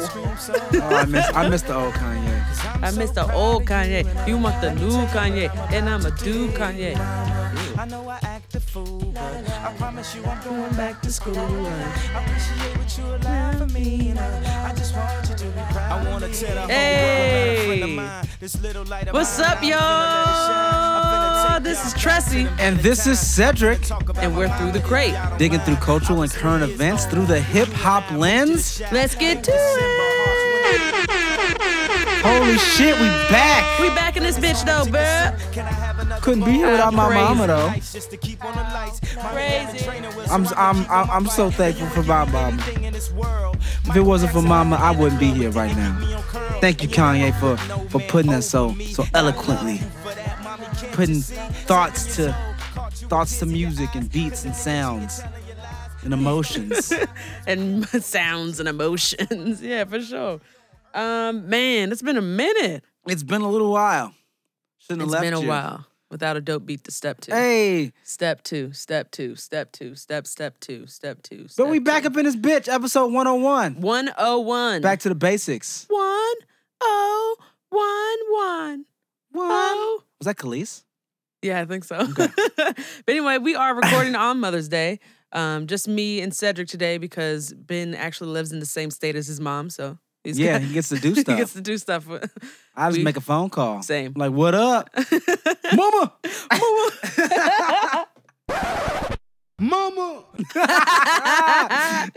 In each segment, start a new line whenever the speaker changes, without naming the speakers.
Oh, I miss I miss the old Kanye.
I miss the old Kanye. You want the new Kanye, and I'm a dude Kanye.
I know I act a fool, but I promise you I'm going back to school. I appreciate what you allow for me, and I just want you to be proud. I wanna tell the whole world about a friend of
Hey.
mine, this little light of
What's
mine.
up,
I'm finna let it shine.
y'all?
I'm finna take
This
y'all
is
back
Tressie,
And this is Cedric,
Talk about
and we're through the crate.
digging through cultural and current events through the hip hop lens.
Let's get to it.
Holy shit, we back!
We back in this bitch though, bruh.
Can I have another
Couldn't be here without my mama though.
lights just to keep on the lights? My
Crazy.
trainer was
I'm I'm I'm, I'm so thankful for my mama.
thing in this world.
If it wasn't for mama, I wouldn't be here right now. Thank you, Kanye, for for putting that so so eloquently, putting thoughts to thoughts to music and beats and sounds and emotions.
And sounds and emotions. Yeah, for sure. Um, man, it's been a minute.
It's been a little while. Shouldn't have
It's
left
been a
you.
while without a dope beat to step to.
Hey,
Step two, step two, step two, step step two, step two.
but
step
we back
two.
up in this bitch, episode
Mm.
101.
101.
Back to the basics.
one oh one one oh.
Was that Khalees?
Yeah, I think so. but anyway, we are recording on Mother's Day. Um, just me and Cedric today because Ben actually lives in the same state as his mom, so he's
Yeah,
got-
he gets to do
he gets
stuff.
to do stuff.
I just
we-
make a phone call.
Same.
Like, what up? Mama!
Mama.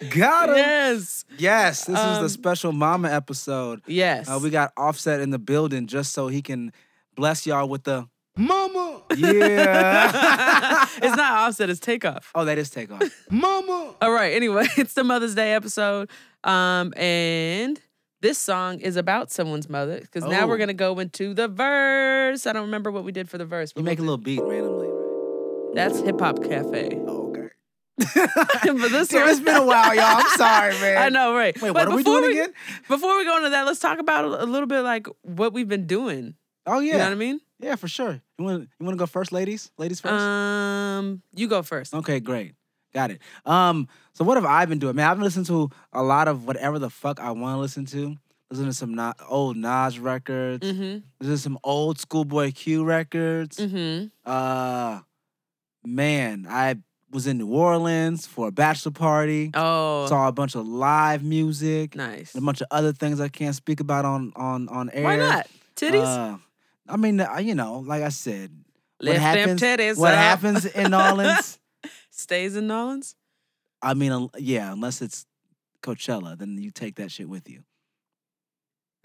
Got him.
yes,
Yes, this is
Um,
the special mama episode.
yes.
Uh, we got Offset in the building just so he can bless y'all with the
Mama.
yeah.
it's not offset. It's takeoff.
oh, that is takeoff.
Mama.
All right. Anyway, it's the Mother's Day episode, um, and this song is about someone's mother because now
Oh.
we're gonna go into the verse. I don't remember what we did for the verse.
You
But
make a
we'll-
little beat randomly. Right?
that's Hip Hop Cafe.
Oh, okay.
But this
Damn,
one-
it's been a while, y'all. I'm sorry, man.
I know, right? But
Wait, what are we
before
doing again?
Before we go into that, let's talk about a a little bit like what we've been doing.
Oh yeah,
You know what I mean?
yeah, for sure. You want you want to go first, ladies? Ladies first.
Um, you go first.
Okay, great. Got it. Um, so what have I been doing? Man, I've been listening to a lot of whatever the fuck I want to listen to. Listen to some Na- old Nas records.
Mm-hmm.
Listen to some old Schoolboy Q records.
Mm-hmm.
Uh, man, I was in New Orleans for a bachelor party.
Oh,
Saw a bunch of live music.
nice.
And a bunch of other things I can't speak about on on on air.
Why not? Titties.
Uh, I mean, uh, you know, like I said, what
Lift
happens?
them titties.
What
up.
happens in New Orleans?
Stays in Nolans.
I mean, un- yeah, unless it's Coachella, then you take that shit with you.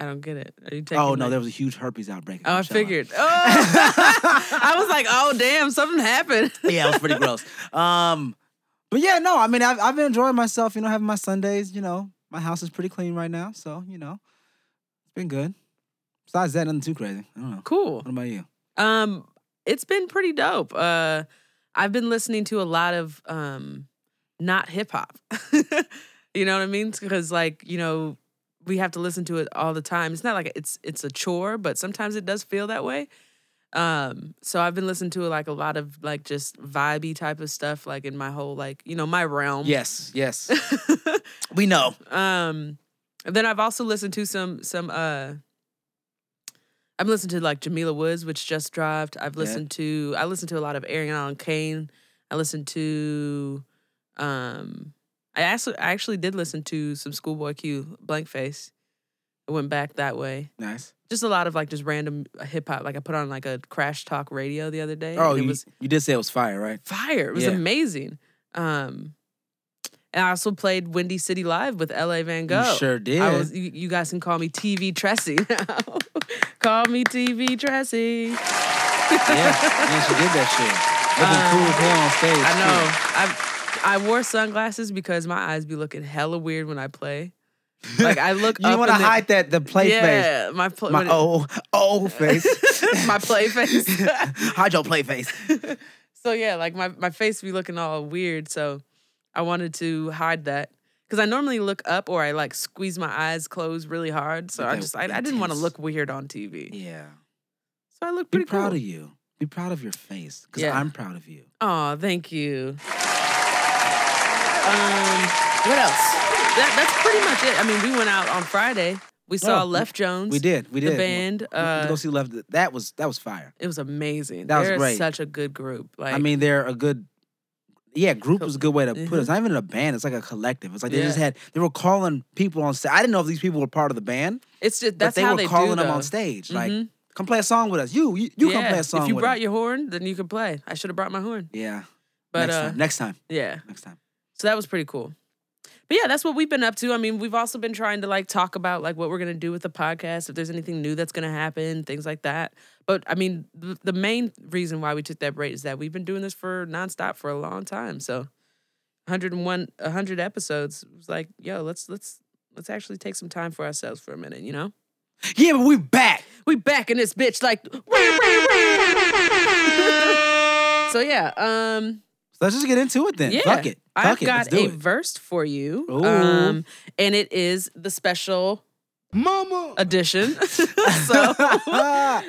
I don't get it. Are you taking?
oh no,
like-
there was a huge herpes outbreak. at
Oh, I
Coachella.
figured. Oh, I was like, oh damn, something happened.
yeah, it was pretty gross. Um, but yeah, no, I mean, I've I've been enjoying myself. You know, having my Sundays. You know, my house is pretty clean right now, so you know, it's been good. Besides that, nothing too crazy. I don't know.
Cool.
What about you?
Um, it's been pretty dope. Uh, I've been listening to a lot of um, not hip hop. you know what I mean? Because like you know, we have to listen to it all the time. It's not like it's it's a chore, but sometimes it does feel that way. Um, so I've been listening to like a lot of like just vibey type of stuff, like in my whole like you know my realm.
Yes, yes, we know.
Um, and then I've also listened to some some. uh I've listened to like Jamila Woods, which just dropped. I've
Yeah.
listened to I listened to a lot of Ariana Kane. I listened to, um, I actually I actually did listen to some Schoolboy Q, Blank Face. I went back that way.
Nice.
Just a lot of like just random uh, hip hop. Like I put on like a Crash Talk Radio the other day.
Oh,
and it
you,
was
you did say it was fire, right?
fire. It was
Yeah.
amazing. Um, and I also played Windy City Live with L.A. Van Gogh.
You sure did.
I was, you, you guys can call me TV Tressie now. call me TV Tressie.
yeah, yeah, she did that shit. Looking cool as hell
I
on stage. too.
know. I I wore sunglasses because my eyes be looking hella weird when I play. Like I look.
You
want
want to hide that the play face,
yeah, my pl-
my
when it-
oh oh face,
my play face.
hide your play face.
so yeah, like my my face be looking all weird. So I wanted to hide that because I normally look up or I like squeeze my eyes closed really hard. So
Look
I
at
just I, I didn't want to
intense.
look weird on TV.
Yeah,
So I look
be
pretty
proud
cool.
of you. Be proud of your face, because
Yeah.
I'm proud of you.
Oh, thank you. Um, what else? That, that's pretty much it. I mean, we went out on Friday. We saw
Oh, we-
Left Jones.
We did. We
the
did.
band,
We- we-
uh,
we go see Left. That was that was fire.
It was amazing.
That was
They're
great.
such a good group. Like
I mean, they're a good. Yeah, group
Co- mm-hmm.
was a good way to put it. It's not even a band. It's like a collective. It's like they just had they were calling people on stage. I didn't know if these people were part of the band,
it's just
but
that's
they
how
were
they
calling
do,
them on
though.
stage. Like,
Mhm.
come play a song with us. You, you, you come
Yeah,
play a song.
If you
with
brought
us.
your horn, then you can play. I should have brought my horn.
yeah.
But
next
uh,
time. Next time.
yeah,
Next time.
so that was pretty cool. But yeah, that's what we've been up to. I mean, we've also been trying to like talk about like what we're gonna do with the podcast, if there's anything new that's gonna happen, things like that. But I mean, the, the main reason why we took that break is that we've been doing this for nonstop for a long time. So, 101, 100 episodes it was like, yo, let's let's let's actually take some time for ourselves for a minute, you know?
Yeah, but we back.
we back in this bitch like so yeah um
So let's just get into it then.
yeah
Fuck it. Fuck
i've
it.
got
Let's do
a
it.
verse for you
Ooh.
um and it is the special
Mama.
edition so uh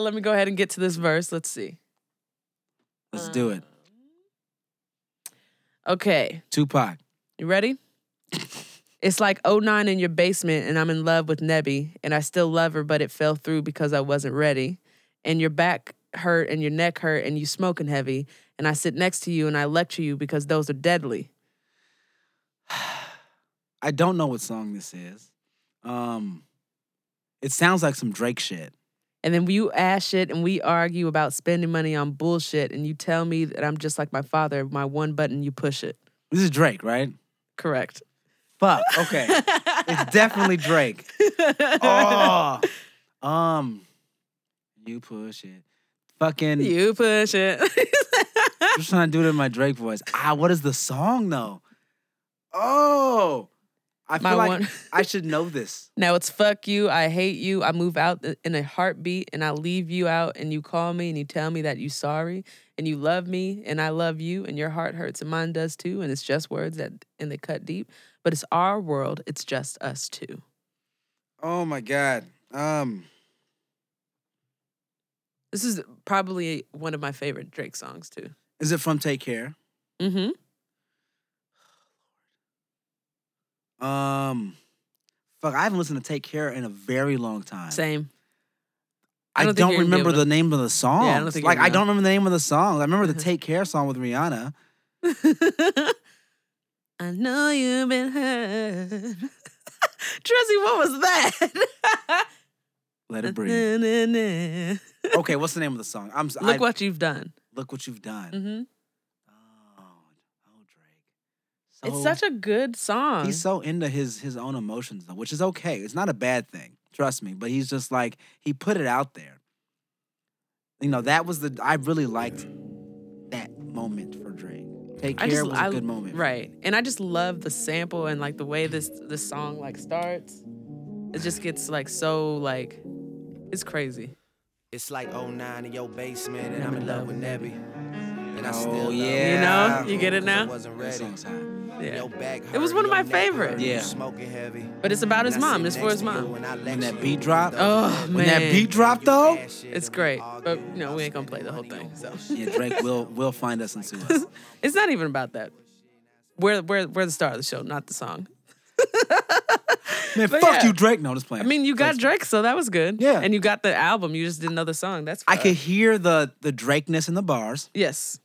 let me go ahead and get to this verse let's see
Let's do it.
Um, okay
Tupac.
you ready it's like 09 in your basement and i'm in love with nebby and i still love her but it fell through because i wasn't ready and your back hurt and your neck hurt and you smoking heavy and i sit next to you and i lecture you because those are deadly
I don't know what song this is. Um, it sounds like some Drake shit.
And then you ash it and we argue about spending money on bullshit. And you tell me that I'm just like my father. My one button, you push it.
This is Drake, right?
Correct.
Fuck. Okay. it's definitely Drake. Oh. Um, you push it. Fucking.
You push it.
I'm just trying to do it in my Drake voice. Ah, what is the song though? Oh, I feel
My
like
one-
I should know this.
now it's fuck you. I hate you. I move out th- in a heartbeat and I leave you out. And you call me and you tell me that you sorry and you love me and I love you and your heart hurts and mine does too. And it's just words that and they cut deep. But it's our world. It's just us two.
Oh my god. Um,
This is probably one of my favorite Drake songs too.
is it from Take Care?
Mm-hmm.
Um, fuck, I haven't listened to Take Care in a very long time.
Same.
I don't,
don't think you're gonna be
remember
able to-
the name of the song.
Yeah, I don't think Uh-huh. you're
like
gonna
I
know.
don't remember the name of the song. I remember the Take Care song with Rihanna.
I know you've been hurt. Trizzy, what was that?
Let it breathe.
Look
okay, what's the name of the song? I'm s- I-
what you've done.
look what you've done.
hmm
Oh, oh, Drake.
it's such a good song.
Oh. He's so into his his own emotions though, which is okay. It's not a bad thing, trust me. But he's just like he put it out there. You know, that was the I really liked that moment for Drake. Take care was a good moment.
Right. And I just love the sample and like the way this this song like starts. It just gets like so like it's crazy.
It's like 09 in your basement, and I'm in love with Nebby. And I
Oh,
still love
yeah.
You know? You get it
Cause I
now?
wasn't
That
ready.
song's hot.
Yeah.
Your back
It was
hurt,
one of
your
my
neck hurt,
favorite.
you
Yeah.
Smoking heavy.
But it's about his
And I sit
mom. It's for
next
his
to you
mom.
and I
When
lecture
that
you
beat
with
drop,
those
Oh,
words.
when that
man.
beat drop though,
You ass shit
It's
and
great.
argue
But you know,
about
we ain't gonna play the whole
spending money
thing.
on
So
yeah, Drake will will find us and sue us.
It's not even about that. We're, we're, we're the star of the show, not the song.
Man,
But
fuck
yeah.
you, Drake. No, I'm just playing.
I mean, you got Drake, so that was good.
Yeah.
And you got the album. You just didn't know the song. That's
I
fine.
could hear the the Drakeness in the bars.
Yes.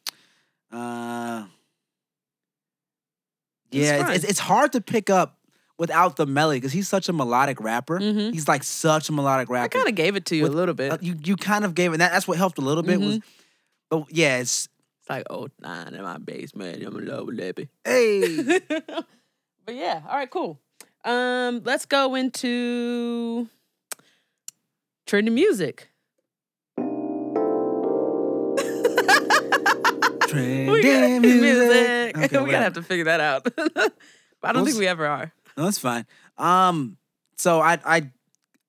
Uh,
It's
yeah, it's,
fine.
it's, it's hard to pick up without the melody because he's such a melodic rapper.
Mhm.
He's like such a melodic rapper.
I kind of gave it Mm-hmm. to you
With-
a little bit.
Uh, you you kind of gave it. That, that's what helped a little bit. Was, but yeah, it's
it's like, oh, nine in my basement. I'm in love with Libby.
hey.
but yeah, all right, cool. Um, let's go into trending music. We
Trending
got music.
music.
we gotta
whatever.
have to figure that out. I don't
We'll
think
s-
we ever are.
No, that's fine. Um, so I I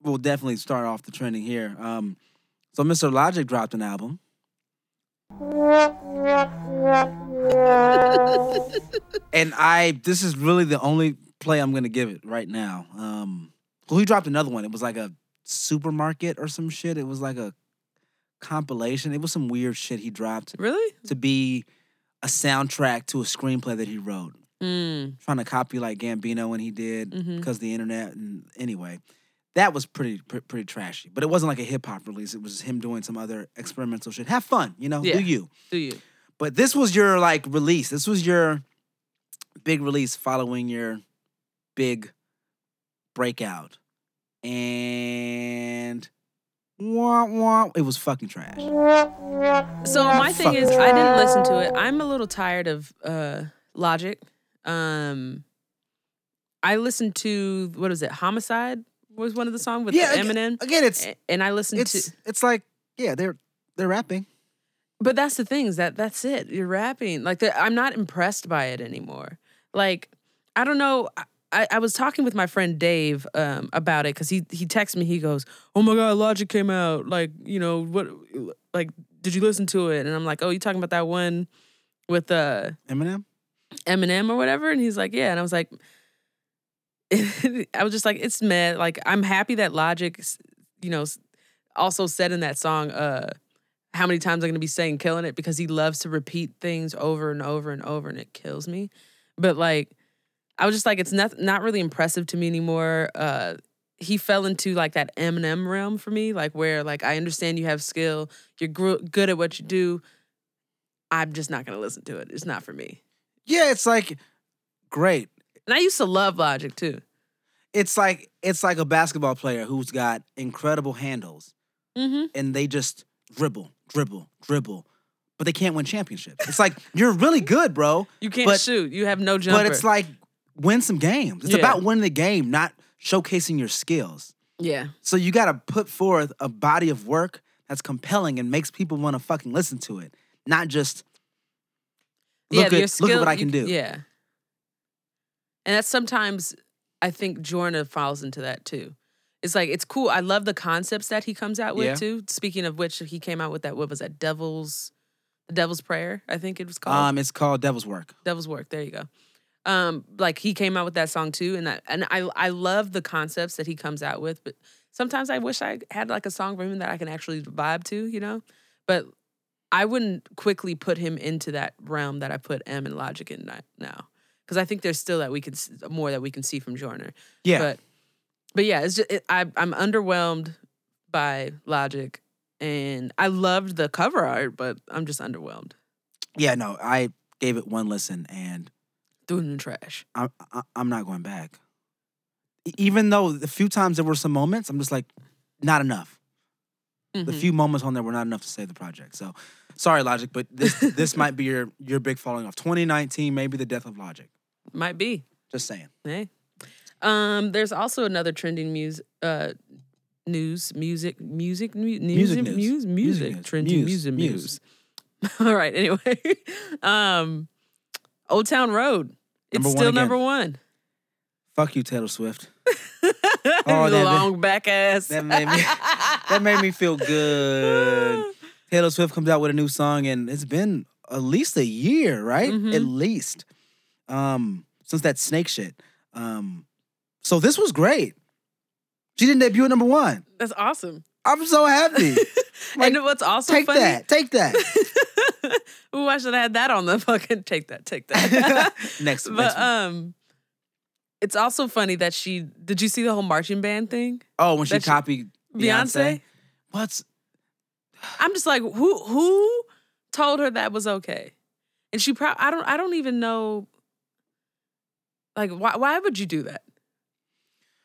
will definitely start off the trending here. Um, so Mr. Logic dropped an album. and I this is really the only play I'm gonna give it right now. Um, well, he dropped another one. It was like a supermarket or some shit. It was like a compilation. It was some weird shit he dropped
Really?
to be a soundtrack to a screenplay that he wrote
Mm.
trying to copy like Gambino when he did
Mhm.
because the internet and anyway. That was pretty pre- pretty trashy, but it wasn't like a hip hop release. It was him doing some other experimental shit. Have fun, you know,
Yeah.
do you.
Do you?
But this was your like release. This was your big release following your big breakout. And wah, wah, it was fucking trash.
So my thing
Fuck.
is, I didn't listen to it. I'm a little tired of uh, Logic. Um, I listened to what was it? Homicide was one of the songs with the
aga-
Eminem,
Again, it's
A- and I listened
it's
Eh, to.
it's like yeah, they're they're rapping.
But that's the thing is that that's it. You're rapping like the, I'm not impressed by it anymore. Like I don't know. I- I, I was talking with my friend Dave um, about it because he he texted me. He goes, "Oh my God, Logic came out. Like you know what? Like did you listen to it?" And I'm like, "Oh, you talking about that one with uh
Eminem.
Eminem or whatever?" And he's like, "Yeah." And I was like, I was just like, "It's mad." Like I'm happy that Logic, s- you know, s- also said in that song, uh, "How many times I'm gonna be saying killing it?" Because he loves to repeat things over and over and over, and it kills me. But like, I was just like, it's not not really impressive to me anymore. Uh, he fell into like that Eminem realm for me, like where like I understand you have skill, you're gr- good at what you do. I'm just not gonna listen to it. It's not for me.
Yeah, it's like great.
And I used to love Logic too.
It's like it's like a basketball player who's got incredible handles
Mm-hmm.
and they just dribble, dribble, dribble, but they can't win championships. It's like you're really good, bro,
You can't
But-
shoot. You have no jumper.
but it's like win some games. It's
Yeah.
about winning the game, not showcasing your skills.
yeah,
So you got to put forth a body of work that's compelling and makes people want to fucking listen to it, not just look
yeah.
at
your skill,
look at what I
you
can do.
Yeah, and that's sometimes I think Jorna falls into that too. It's like it's cool. I love the concepts that he comes out with
Yeah.
too. Speaking of which, he came out with that. What was that? Devil's, the Devil's Prayer. I think it was called.
Um, it's called Devil's Work.
Devil's Work. There you go. Um, like he came out with that song too, and that and I I love the concepts that he comes out with, but sometimes I wish I had like a song from him that I can actually vibe to, you know. But I wouldn't quickly put him into that realm that I put M and Logic in that now, because I think there's still that we can s- more that we can see from Joyner.
Yeah,
But but yeah, it's just it, I I'm underwhelmed by Logic, and I loved the cover art, but I'm just underwhelmed.
yeah. No, I gave it one listen, and
Threw it in the trash.
I'm I, I'm not going back. E- Even though the few times there were some moments, I'm just like, not enough. The
Mhm.
few moments on there were not enough to save the project. So, sorry, Logic, but this this might be your your big falling off. 2019, maybe the death of Logic.
Might be.
Just saying.
Hey. Um, there's also another trending music uh news, music, music, mu- music,
news.
muse,
Music
music,
news.
trending
Muse,
music
muse.
muse. All right, anyway. um Old Town Road. It's
Number one
still
again.
number one.
Fuck you, Taylor Swift.
oh,
Oh, that-
long back ass.
That made me that made me feel good. Taylor Swift comes out with a new song, and it's been at least a year, right? At
Mhm.
least um, since that snake shit. Um, so this was great. She didn't debut at number one.
That's awesome.
I'm so happy. Like,
and what's also
take
funny?
that. Take that.
Ooh, I should have had that on the fucking take that, take that.
next,
but
next-
um it's also funny that she did you see the whole marching band thing?
oh, when she
that she-
copied Beyonce.
Beyonce?
What's
I'm just like, who who told her that was okay? And she probably I don't I don't even know. Like why why would you do that?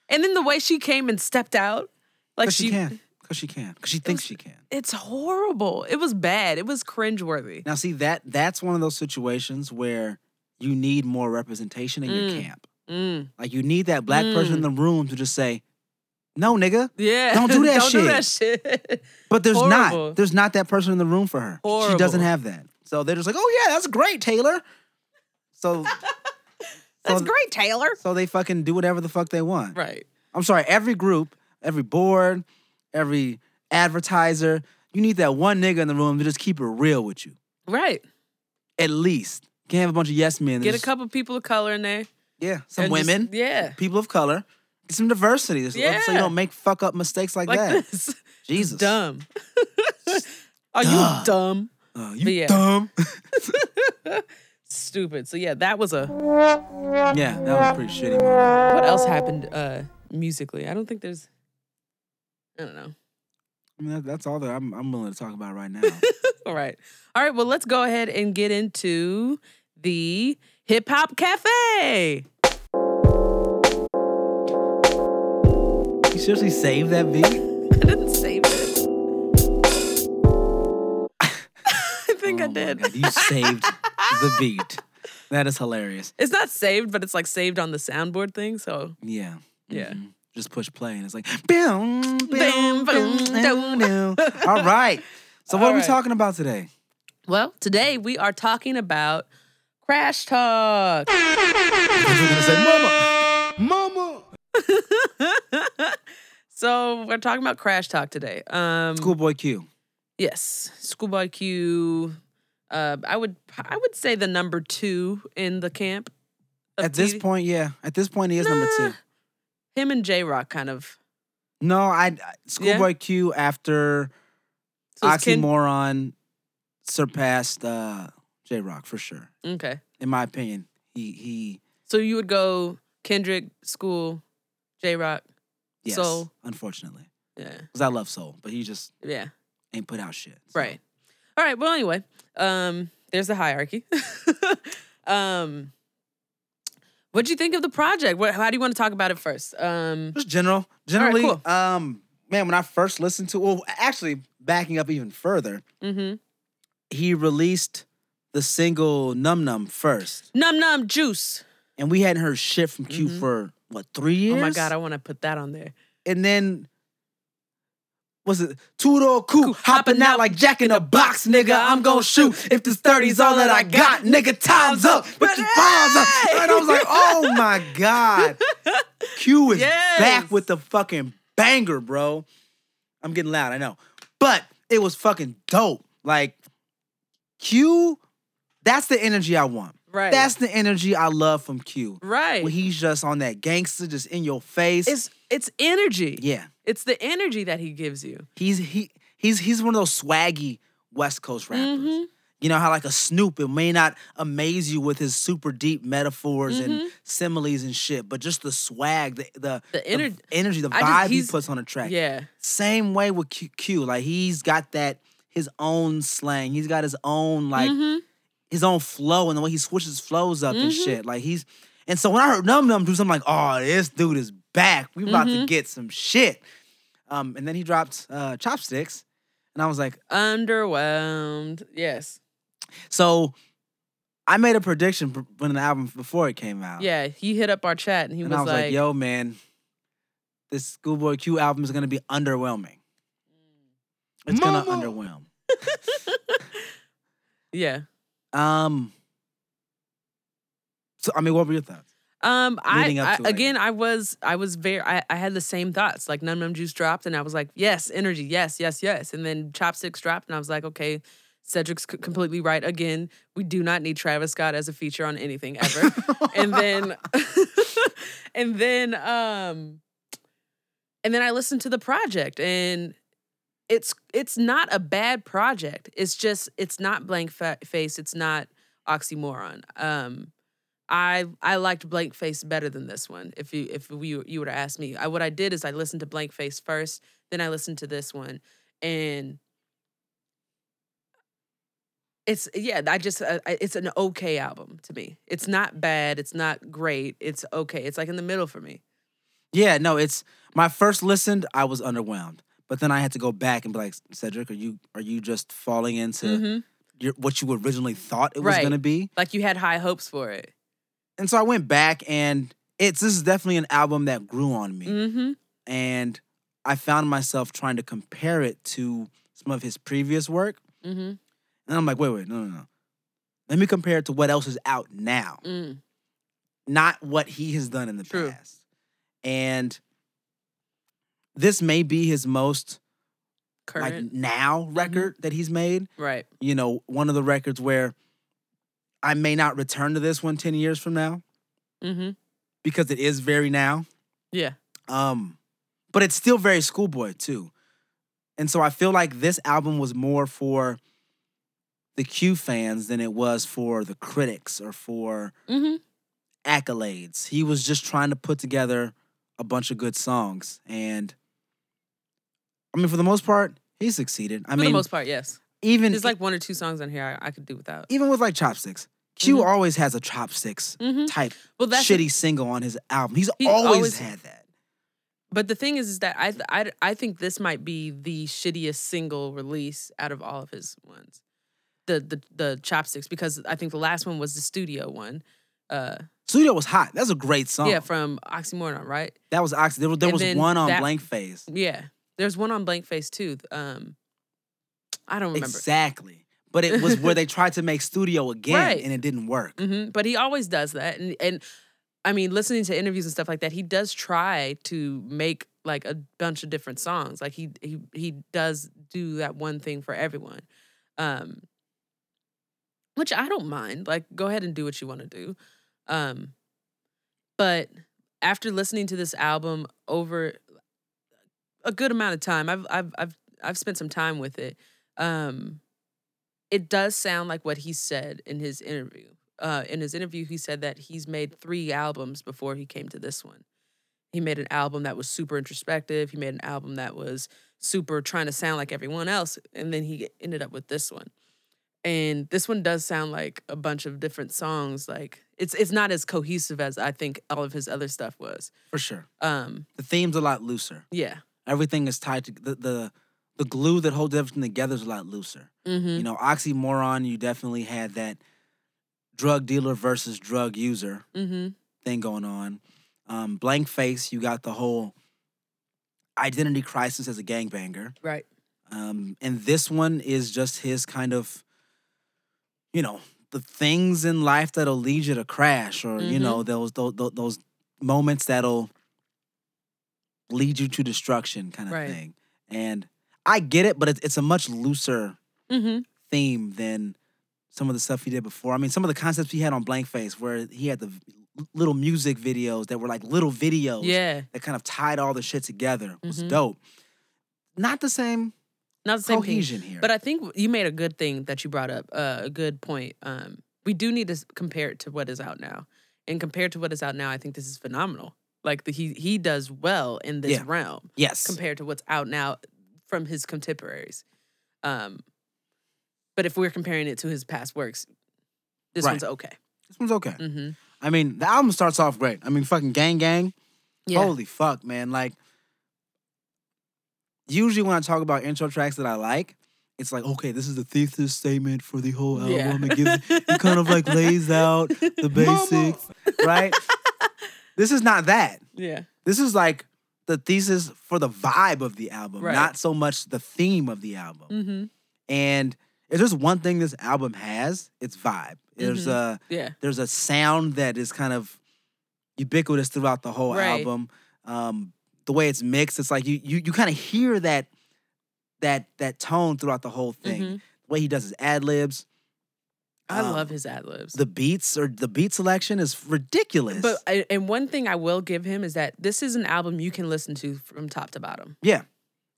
And then the way she came and stepped out, like
because she, can? Because she can. Because she thinks she can.
It's horrible. It was bad. It was cringeworthy.
Now, see that that's one of those situations where you need more representation in your
Mm.
camp.
Mm.
Like you need that black person in
Mm.
the room to just say, "No, nigga."
Yeah.
Don't do that
don't do that shit.
But there's
Horrible.
not. There's not that person in the room for her. She doesn't
Horrible.
have that. So they're just like, "Oh yeah, that's great, Taylor." So
That's
So-
great, Taylor.
so they fucking do whatever the fuck they want.
Right.
I'm sorry, every group, every board, every advertiser, you need that one nigga in the room to just keep it real with you.
Right.
At least. Can't have a bunch of yes men. that
Get a
just-
couple people of color in there.
Yeah, some
and just-
women,
yeah.
people of color, some diversity. So, so you
Yeah.
don't make fuck up mistakes like,
Like
that.
this.
Jesus.
Dumb. Are you
Dumb.
dumb?
Uh, you
But yeah.
dumb.
Stupid. So yeah, that was a
yeah, that was pretty shitty. Man.
What else happened uh musically? I don't think there's I don't know.
I mean, that, that's all that I'm, I'm willing to talk about right now.
All right. All right. Well, let's go ahead and get into the Hip Hop Cafe.
you seriously saved that beat?
I didn't save it. I think I
Oh my
did.
God, You saved the beat. That is hilarious.
It's not saved, but it's like saved on the soundboard thing. So
Yeah.
Yeah.
Mhm. Just push play and it's like boom, boom,
Boom,
boom,
boom,
boom,
dum.
boom. All right. So what
All
are we
right.
talking about today?
Well, today we are talking about Crash Talk.
You're gonna say, Mama, Mama.
so we're talking about Crash Talk today. Um,
Schoolboy Q.
Yes, Schoolboy Q. Uh, I would I would say the number two in the camp. of
At this
TV.
point, yeah. At this point, he is number
Nah.
two.
him and J Rock kind of.
No, I Schoolboy Q after
so it's Ken-
Oxymoron surpassed uh, J Rock for sure.
okay,
In my opinion, he he
so you would go Kendrick, School, J Rock.
yes,
Soul.
unfortunately,
Yeah,
because I love Soul, but he just
yeah,
ain't put out shit. so.
right. All right. Well, anyway, um, there's the hierarchy. um, what do you think of the project? What, how do you want to talk about it first? Um,
Just general. Generally,
cool.
um, man, when I first listened to, well, actually, backing up even further,
hmm
he released the single "Num Num" first,
Num num juice.
and we hadn't heard shit from Q for what three years?
Mm-hmm. Oh my god, I want to put that on there.
and then was it two door coupe
hopping
hopping
out
out like Jack in a box, nigga? I'm gonna shoot if this 30's all that I got, nigga. Time's up, but the bombs up. And I was like, oh my god, Q is
Yes.
back with the fucking banger, bro. I'm getting loud, I know, but it was fucking dope. Like Q, that's the energy I want.
Right.
That's the energy I love from Q.
Right.
When he's just on that gangster, just in your face.
it's it's energy.
yeah.
It's the energy that he gives you.
He's he he's he's one of those swaggy West Coast rappers.
Mm-hmm.
You know how like a Snoop, it may not amaze you with his super deep metaphors
Mm-hmm.
and similes and shit, but just the swag, the the,
The ener-
energy, the
I just-
vibe he
he's-
puts on a track.
Yeah.
Same way with Q, Q, like he's got that his own slang. He's got his own like
Mm-hmm.
his own flow and the way he switches flows up and shit. Like he's and so when I heard Num Num do something like, oh, this dude is back. We about
Mm-hmm.
to get some shit. Um, and then he dropped uh, Chopsticks, and I was like,
Underwhelmed. Yes.
so I made a prediction b- when the album before it came out.
Yeah. He hit up our chat and he
and
was,
I was
like,
like, yo, man, this Schoolboy Q album is gonna be underwhelming. It's gonna underwhelm.
Yeah.
Um, so I mean, what were your thoughts?
Um, I,
Leading up
I-
to it.
again, I was, I was very, I, I had the same thoughts. Like Num Num Juice dropped, and I was like, yes, energy, yes, yes, yes. And then Chopsticks dropped, and I was like, okay, Cedric's c- completely right again. We do not need Travis Scott as a feature on anything ever. and then, and then, um, and then I listened to the project, and it's it's not a bad project. It's just it's not blank fa- face. It's not oxymoron. Um, I I liked Blank Face better than this one. If you if you you were to ask me, I, what I did is I listened to Blank Face first, then I listened to this one, and it's yeah. I just uh, I- it's an okay album to me. It's not bad. It's not great. It's okay. It's like in the middle for me.
Yeah, no, it's my first listened, I was underwhelmed. But then I had to go back and be like, Cedric, are you are you just falling into
Mhm.
your, what you originally thought it was
Right.
gonna be?
Like you had high hopes for it.
And so I went back and it's this is definitely an album that grew on me.
Mm-hmm.
And I found myself trying to compare it to some of his previous work.
Mm-hmm.
And I'm like, wait, wait, no, no, no. Let me compare it to what else is out now.
Mm.
not what he has done in the
True.
past. And this may be his most
Current.
like now
Mm-hmm.
record that he's made.
right.
You know, one of the records where I may not return to this one 10 years from now
Mm-hmm.
because it is very now.
Yeah.
Um, but it's still very schoolboy too. And so I feel like this album was more for the Q fans than it was for the critics or for
Mm-hmm.
accolades. He was just trying to put together a bunch of good songs. And I mean, for the most part, he succeeded. I
For
mean,
the most part, yes.
even
There's like one or two songs on here I, I could do without.
even with like chopsticks. Q always has a chopsticks
Mhm.
type
Well, Mm-hmm. that's
shitty single on his album. He's,
He's
always,
always-
had that.
But the thing is, is that I, I I think this might be the shittiest single release out of all of his ones, the the the chopsticks because I think the last one was the studio one, uh
Studio was hot. That's a great song.
yeah from Oxymoron right
that was oxy. There was, there
And
was
then
one on
that-
Blank Face.
yeah there's one on Blank Face too um I don't remember
Exactly. But it was where they tried to make studio again
Right.
and it didn't work.
hmm But he always does that, and and I mean, listening to interviews and stuff like that, he does try to make like a bunch of different songs. Like he he he does do that one thing for everyone, um, which I don't mind. Like, go ahead and do what you want to do, um, but after listening to this album over a good amount of time, I've I've I've I've spent some time with it. Um, it does sound like what he said in his interview. Uh, in his interview, he said that he's made three albums before he came to this one. He made an album that was super introspective. He made an album that was super trying to sound like everyone else, and then he ended up with this one. And this one does sound like a bunch of different songs. Like it's it's not as cohesive as I think all of his other stuff was.
For sure.
Um,
The theme's a lot looser.
yeah.
Everything is tied to the the, the glue that holds everything together is a lot looser.
Mm-hmm.
You know, oxymoron, you definitely had that drug dealer versus drug user
Mm-hmm.
thing going on. Um, blank face, you got the whole identity crisis as a gangbanger.
Right.
Um, and this one is just his kind of, you know, the things in life that'll lead you to crash, or you
Mhm.
know, those those those moments that'll lead you to destruction, kind of
Right.
thing. And I get it, but it's it's a much looser
Mm-hmm.
theme than some of the stuff he did before. I mean, some of the concepts he had on Blank Face, where he had the v- little music videos that were like little videos
Yeah.
that kind of tied all the shit together, was
Mhm.
dope. Not the same
Not the same thing.
cohesion here.
But I think you made a good thing that you brought up, uh, a good point. Um, we do need to s- compare it to what is out now, and compared to what is out now, I think this is phenomenal. Like the, he he does well in this
Yeah.
realm
yes,
compared to what's out now from his contemporaries. Um, but if we're comparing it to his past works, this
Right.
one's okay.
this one's okay.
Mm-hmm.
I mean, the album starts off great. I mean, fucking Gang Gang.
Yeah.
Holy fuck, man! Like, usually when I talk about intro tracks that I like, it's like, okay, this is the thesis statement for the whole album.
Yeah.
It gives, it kind of like lays out the basics, right? this is not that.
yeah.
This is like the thesis for the vibe of the album,
Right.
not so much the theme of the album.
Mm-hmm.
And if there's one thing this album has, it's vibe. There's
Mhm.
a
Yeah.
there's a sound that is kind of ubiquitous throughout the whole
Right.
album. Um, the way it's mixed, it's like you you you kind of hear that that that tone throughout the whole thing.
Mhm.
The way he does his ad libs,
I
Um,
love his ad libs.
the beats or the beat selection is ridiculous.
But I- and one thing I will give him is that this is an album you can listen to from top to bottom,
yeah,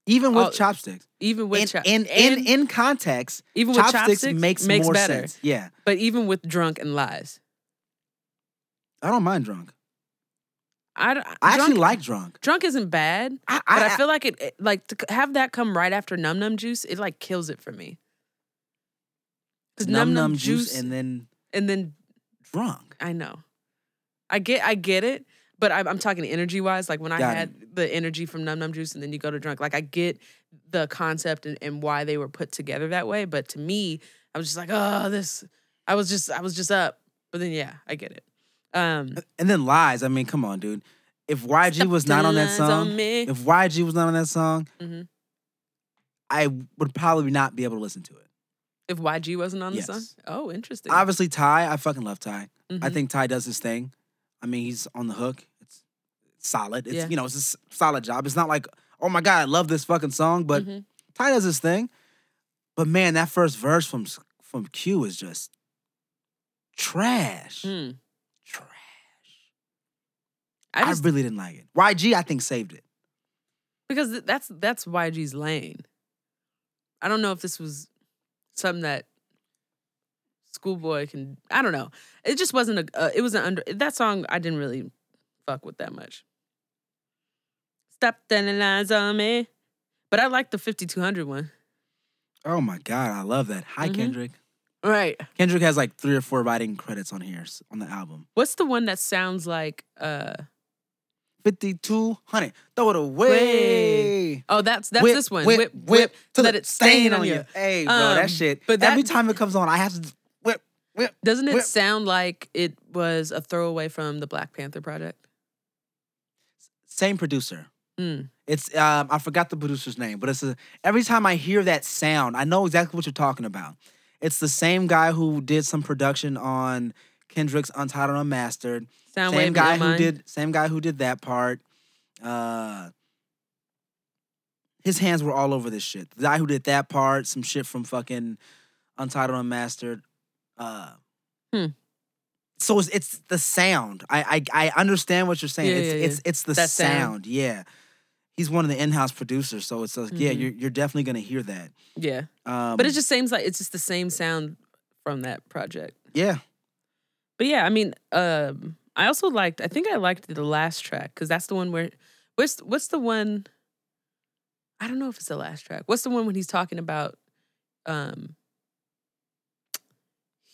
even with
Oh,
chopsticks,
even with
in,
chop-
in, in
and
in context,
even with
chopsticks,
chopsticks,
makes, more
better.
sense. Yeah,
But even with drunk and lies,
I don't mind drunk.
I, d-
I
drunk,
actually like drunk.
drunk isn't bad,
I, I,
but I, feel like it, it- like to c- have that come right after Num Num Juice, it like kills it for me. Because
num num juice and then
and then
drunk.
I know. I get I get it, but I'm, I'm talking energy wise. Like when I
Got it.
had the energy from Num Num Juice and then you go to drunk, like I get the concept and, and why they were put together that way. But to me, I was just like, oh, this. I was just I was just up. But then yeah, I get it. Um,
And then lies. I mean, come on, dude. If YG Uh, was not on that
Lies on
song,
me.
if YG was not on that song,
Mhm.
I would probably not be able to listen to it.
If YG wasn't on
Yes.
the song, oh, interesting.
Obviously, Ty. I fucking love Ty. I
Mhm.
think Ty does his thing. I mean, he's on the hook. It's solid. It's
Yeah.
you know, it's a s- solid job. It's not like, oh my god, I love this fucking song, but
Mhm.
Ty does his thing. But man, that first verse from s- from Q is just trash.
Mm.
Trash.
I just
I really didn't like it. YG, I think, saved it.
because th- that's that's YG's lane. I don't know if this was something that Schoolboy can. I don't know. It just wasn't a. Uh, it was an under that song. I didn't really fuck with that much. Stop telling lies on me. But I like the 5200 one.
Oh my God, I love that. Hi,
Mhm.
Kendrick.
Right.
Kendrick has like three or four writing credits on here s- on the album.
What's the one that sounds like uh
5200. Throw it away.
Oh, that's that's
Whip,
this one.
Whip,
Whip,
whip,
so
till
that
it
it's staying
stain
on you.
Hey, bro,
Um,
that shit.
but
But every
that-
time it comes on, I have to just whip, whip.
Doesn't it
Whip.
sound like it was a throwaway from the Black Panther project?
Same producer.
Mm.
It's um, I forgot the producer's name, but it's a, every time I hear that sound, I know exactly what you're talking about. It's the same guy who did some production on Kendrick's Untitled Unmastered.
Sound
same
wave,
guy
your
who
mind?
did same guy who did that part. Uh, his hands were all over this shit. The guy who did that part, some shit from fucking Untitled Unmastered. Uh,
Hmm.
So it's, it's the sound. I, I I understand what you're saying.
Yeah,
it's
yeah, yeah.
it's it's the
That sound.
sound. Yeah. He's one of the in-house producers, so it's like, yeah,
Mhm.
you're you're definitely gonna hear that.
Yeah,
Um,
but it just seems like it's just the same sound from that project.
yeah,
But yeah, I mean, um, I also liked. I think I liked the last track because that's the one where. What's what's the one? I don't know if it's the last track. What's the one when he's talking about? Um,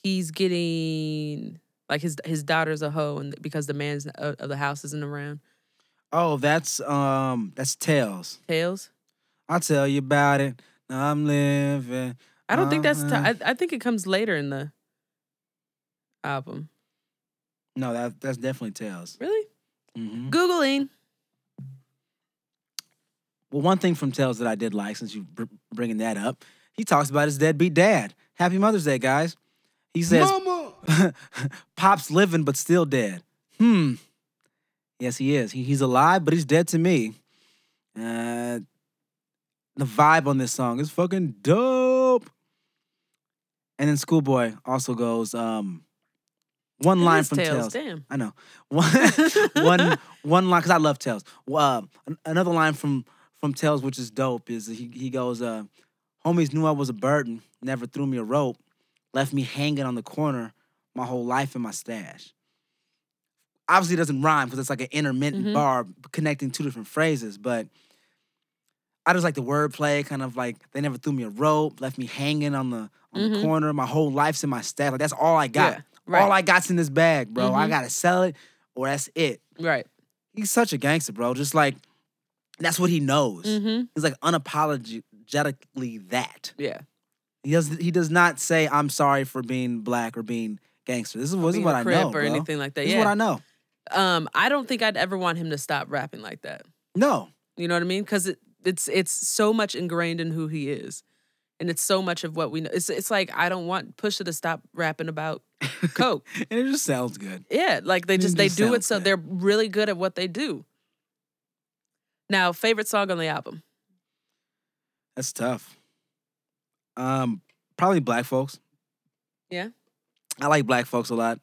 he's getting like his his daughter's a hoe, and because the man's of of the house isn't around.
oh, that's um that's Tails.
Tails.
I'll tell you about it. Now I'm living.
I don't think that's. T- I,
Uh-huh.
I think it comes later in the album.
No, that that's definitely Tails.
Really?
hmm
Googling.
Well, one thing from Tails that I did like, since you br- bringing that up, he talks about his deadbeat dad. Happy Mother's Day, guys. He says, "Pop's living but still dead." Hmm. Yes, he is. He, he's alive, but he's dead to me. Uh, the vibe on this song is fucking dope. And then Schoolboy also goes, um, one
It
line
is
from Tails.
Damn.
I know. One, one, one line because I love Tails. Uh, an- another line from from Tails, which is dope, is he he goes, uh, "Homies knew I was a burden, never threw me a rope, left me hanging on the corner, my whole life in my stash." Obviously, it doesn't rhyme because it's like an intermittent
Mhm.
bar connecting two different phrases, but. I just like the wordplay, kind of like they never threw me a rope, left me hanging on the on the
Mhm.
corner. My whole life's in my stash. Like that's all I got.
Yeah. Right.
All I got's in this bag, bro. I
Mhm.
gotta sell it or that's it.
right.
He's such a gangster, bro. Just like that's what he knows.
Mm-hmm.
He's like unapologetically that.
Yeah.
He does he does not say I'm sorry for being black or being gangster. This is, this is
Being
what
a
I
crip
know,
or
bro.
anything like that.
This
yeah.
is what I know.
um, I don't think I'd ever want him to stop rapping like that.
No,
You know what I mean? Because it, it's it's so much ingrained in who he is, and it's so much of what we know. It's it's like I don't want Pusha to stop rapping about coke.
and it just sounds good.
Yeah, like they
It
just they
just
do it
sounds
so
good.
they're really good at what they do. Now, favorite song on the album?
That's tough. Um, probably black folks.
Yeah?
I like black folks a lot.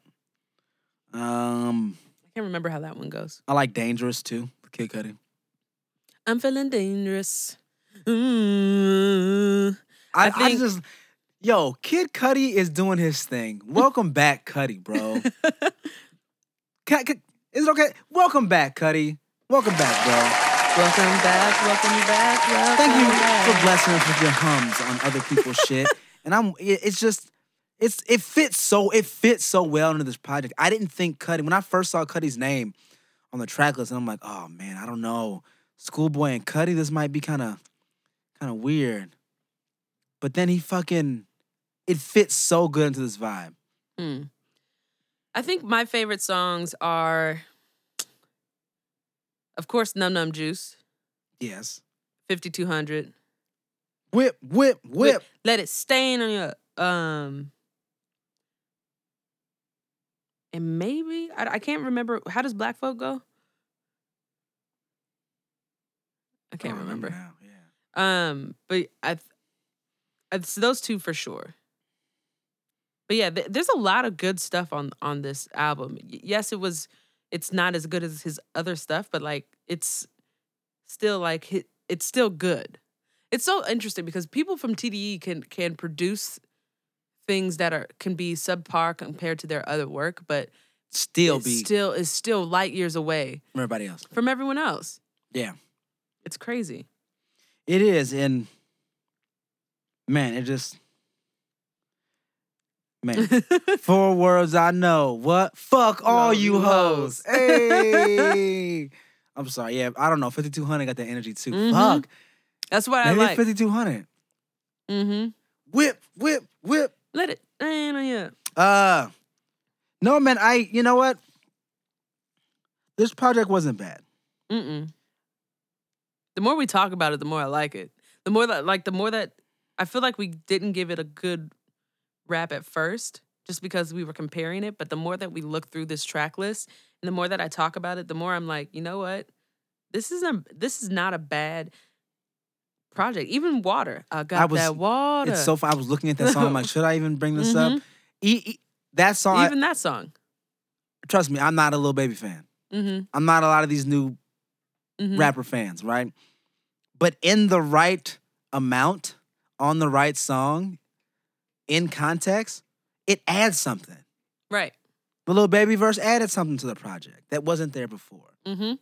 Um,
I can't remember how that one goes.
I like dangerous too. Kid Cudi.
I'm feeling dangerous. Mm.
I,
I
I,
think-
just yo, Kid Cudi is doing his thing. Welcome back, Cudi, bro. Ca- ca- is it okay? Welcome back, Cudi. Welcome back, bro.
Welcome back, welcome back, welcome
Thank you for
back.
blessing us with your hums on other people's shit. And I'm it- it's just it's it fits so it fits so well into this project. I didn't think Cudi when I first saw Cudi's name on the track list, and I'm like, oh man, I don't know. Schoolboy and Cudi, this might be kind of kind of weird. But then he fucking it fits so good into this vibe.
Hmm. I think my favorite songs are, of course, Num Num Juice,
Yes.
5200.
Whip, whip, whip.
Let it stain on your. Um, and maybe, I, I can't remember. How does Black Folk go? I can't remember.
now. Oh, Yeah.
Um, but I, th- I th- so those two for sure. But yeah, th- there's a lot of good stuff on on this album. Y- yes, it was, it's not as good as his other stuff, but like it's still like hi- it's still good. It's so interesting because people from TDE can can produce things that are can be subpar compared to their other work, but
Still
it
be
still is still light years away
from everybody else.
from everyone else.
Yeah.
It's crazy.
It is, and man, it just man. Four words I know. What? Fuck all
Love
you
you
hoes.
hoes.
Hey. I'm sorry. Yeah, I don't know. 5200 got that energy too.
Mhm.
Fuck.
That's what I
Maybe
like.
5200.
Mm-hmm.
Whip, whip, whip.
Let it. eh, yeah.
Uh, no, man. I. You know what? This project wasn't bad.
Mm-mm. The more we talk about it, the more I like it. The more that, like, the more that I feel like we didn't give it a good rap at first, just because we were comparing it. But the more that we look through this track list, and the more that I talk about it, the more I'm like, you know what? This isn't. This is not a bad project. Even water. I got
I was-
that water. Mm-hmm.
It's so. Far, I was looking at that song. I'm like, should I even bring this up? E- e- that song. I-
Even that song.
trust me, I'm not a little baby fan.
Mm-hmm.
I'm not a lot of these new
hmm
rapper fans, right? But in the right amount, on the right song, in context, it adds something.
Right.
The little baby verse added something to the project that wasn't there before.
Mm-hmm.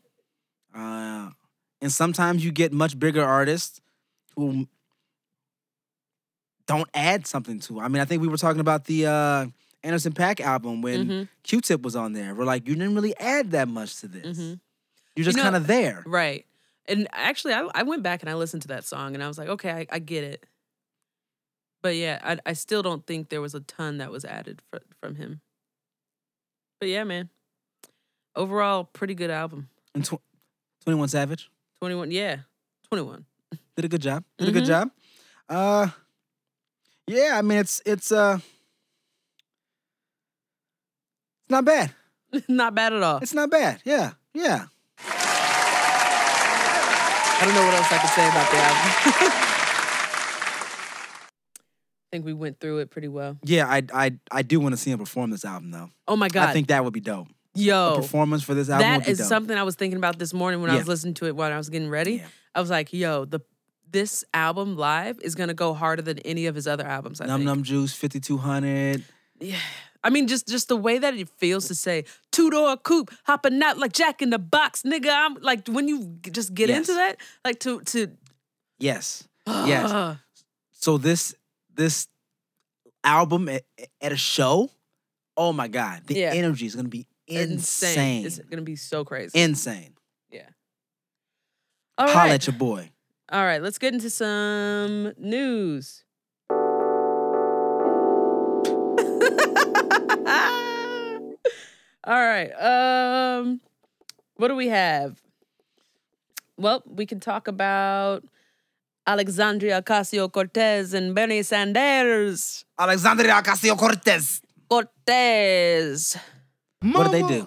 Uh, and sometimes you get much bigger artists who don't add something to. I mean, I think we were talking about the uh, Anderson Pack album when
Mhm.
Q-Tip was on there. We're like, you didn't really add that much to this.
Mhm.
You're just
know-
kind of there.
Right. And actually, I, I went back and I listened to that song and I was like, okay, I, I get it. But yeah, I, I still don't think there was a ton that was added fr- from him. But yeah, man. Overall, pretty good album.
And tw- 21 Savage
21, yeah, 21.
did a good job. Did a good
Mhm.
job. Uh, yeah, I mean, it's it's uh, it's not bad.
Not bad at all.
It's not bad. Yeah, yeah.
I don't know what else I could say about the album. I think we went through it pretty well.
Yeah, I I I do want to see him perform this album though.
Oh my God.
I think that would be dope.
Yo.
A performance for this album would
Oh. That
be
is
dope.
something I was thinking about this morning when I
Yeah.
was listening to it while I was getting ready.
Yeah.
I was like, yo, the this album live is gonna go harder than any of his other albums. I
Num
think.
Num Juice, 5200.
Yeah. I mean, just just the way that it feels to say two door coupe, hopping out like Jack in the Box, nigga. I'm like when you g- just get into
Yes.
that, like to to
Yes. Yes. So this this album at, at a show, oh my god, the
Yeah.
energy is gonna be insane.
insane. It's gonna be so crazy.
Insane.
yeah. All right.
Holla at your boy.
All right. Let's get into some news. All right. Um what do we have? Well, we can talk about Alexandria Ocasio Cortez and Bernie Sanders.
Alexandria Ocasio Cortez.
Cortez.
What did they do?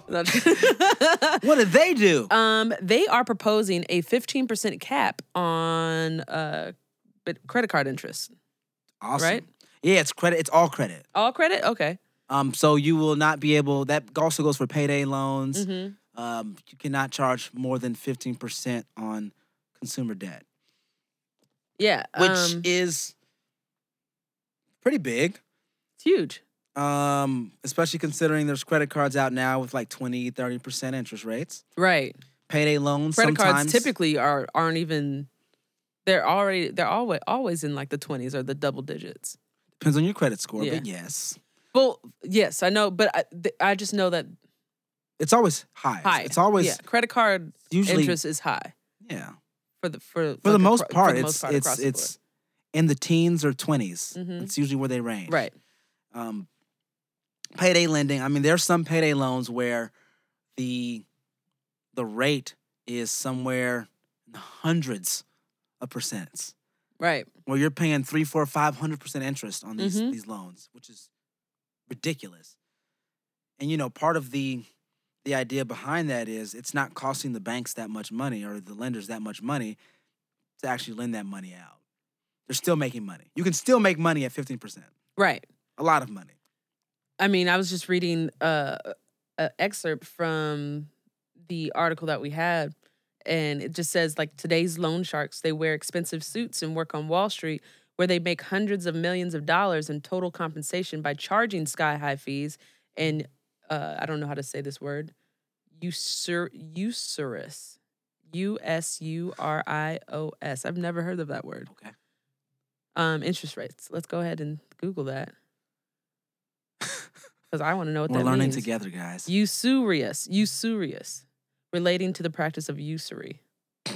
What did they do?
um, they are proposing a 15% cap on uh, bit- credit card interest.
awesome.
right?
Yeah, it's credit. It's all credit.
All credit? Okay.
Um, so you will not be able. That also goes for payday loans.
Mm-hmm.
Um, you cannot charge more than fifteen percent on consumer debt,
Yeah.
which
um,
is pretty big.
it's huge.
Um, especially considering there's credit cards out now with like 20, 30 percent interest rates.
Right.
Payday loans.
Credit cards
sometimes,
typically are aren't even they're already they're always always in like the 20s or the double digits.
depends on your credit score,
Yeah.
but yes,
Well, yes, I know, but I, th- I just know that
it's always high.
high.
It's always
yeah, credit card
usually
interest is high
yeah.
for the for
for the
like,
most
acro-
part,
for the most
it's
part
it's
across the
it's in the teens or 20s
Mhm.
It's usually where they range.
board. right.
Um, payday lending. I mean, there's some payday loans where the the rate is somewhere in the hundreds of percents,
Right.
where you're paying three, four, five hundred percent interest on these
Mhm.
these loans, which is ridiculous. And you know, part of the the idea behind that is it's not costing the banks that much money or the lenders that much money to actually lend that money out. They're still making money. You can still make money at 15%.
Right.
A lot of money.
I mean, I was just reading uh, an excerpt from the article that we had, and it just says like today's loan sharks, they wear expensive suits and work on Wall Street, where they make hundreds of millions of dollars in total compensation by charging sky high fees and uh, I don't know how to say this word, usur usurous, U S U R I O S. I've never heard of that word.
Okay.
Um, interest rates. Let's go ahead and Google that because I want to know what
We're
that
learning
means.
together, guys.
Usurious. Usurious. Relating to the practice of usury.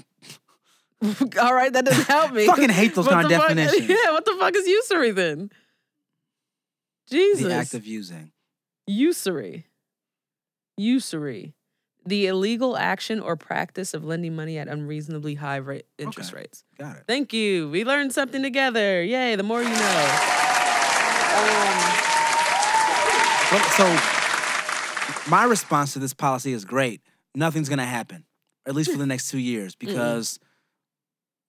All right, that doesn't help me.
Fucking hate those
What
kind of
the fuck-
definitions.
Yeah, what the fuck is usury then? Jesus.
The act of using.
usury. Usury. The illegal action or practice of lending money at unreasonably high rate, interest
Okay.
rates.
Got it.
Thank you. We learned something together. Yay, the more you know. Um,
Well, So, my response to this policy is great. Nothing's going to happen, at least for the next two years,
Mm.
because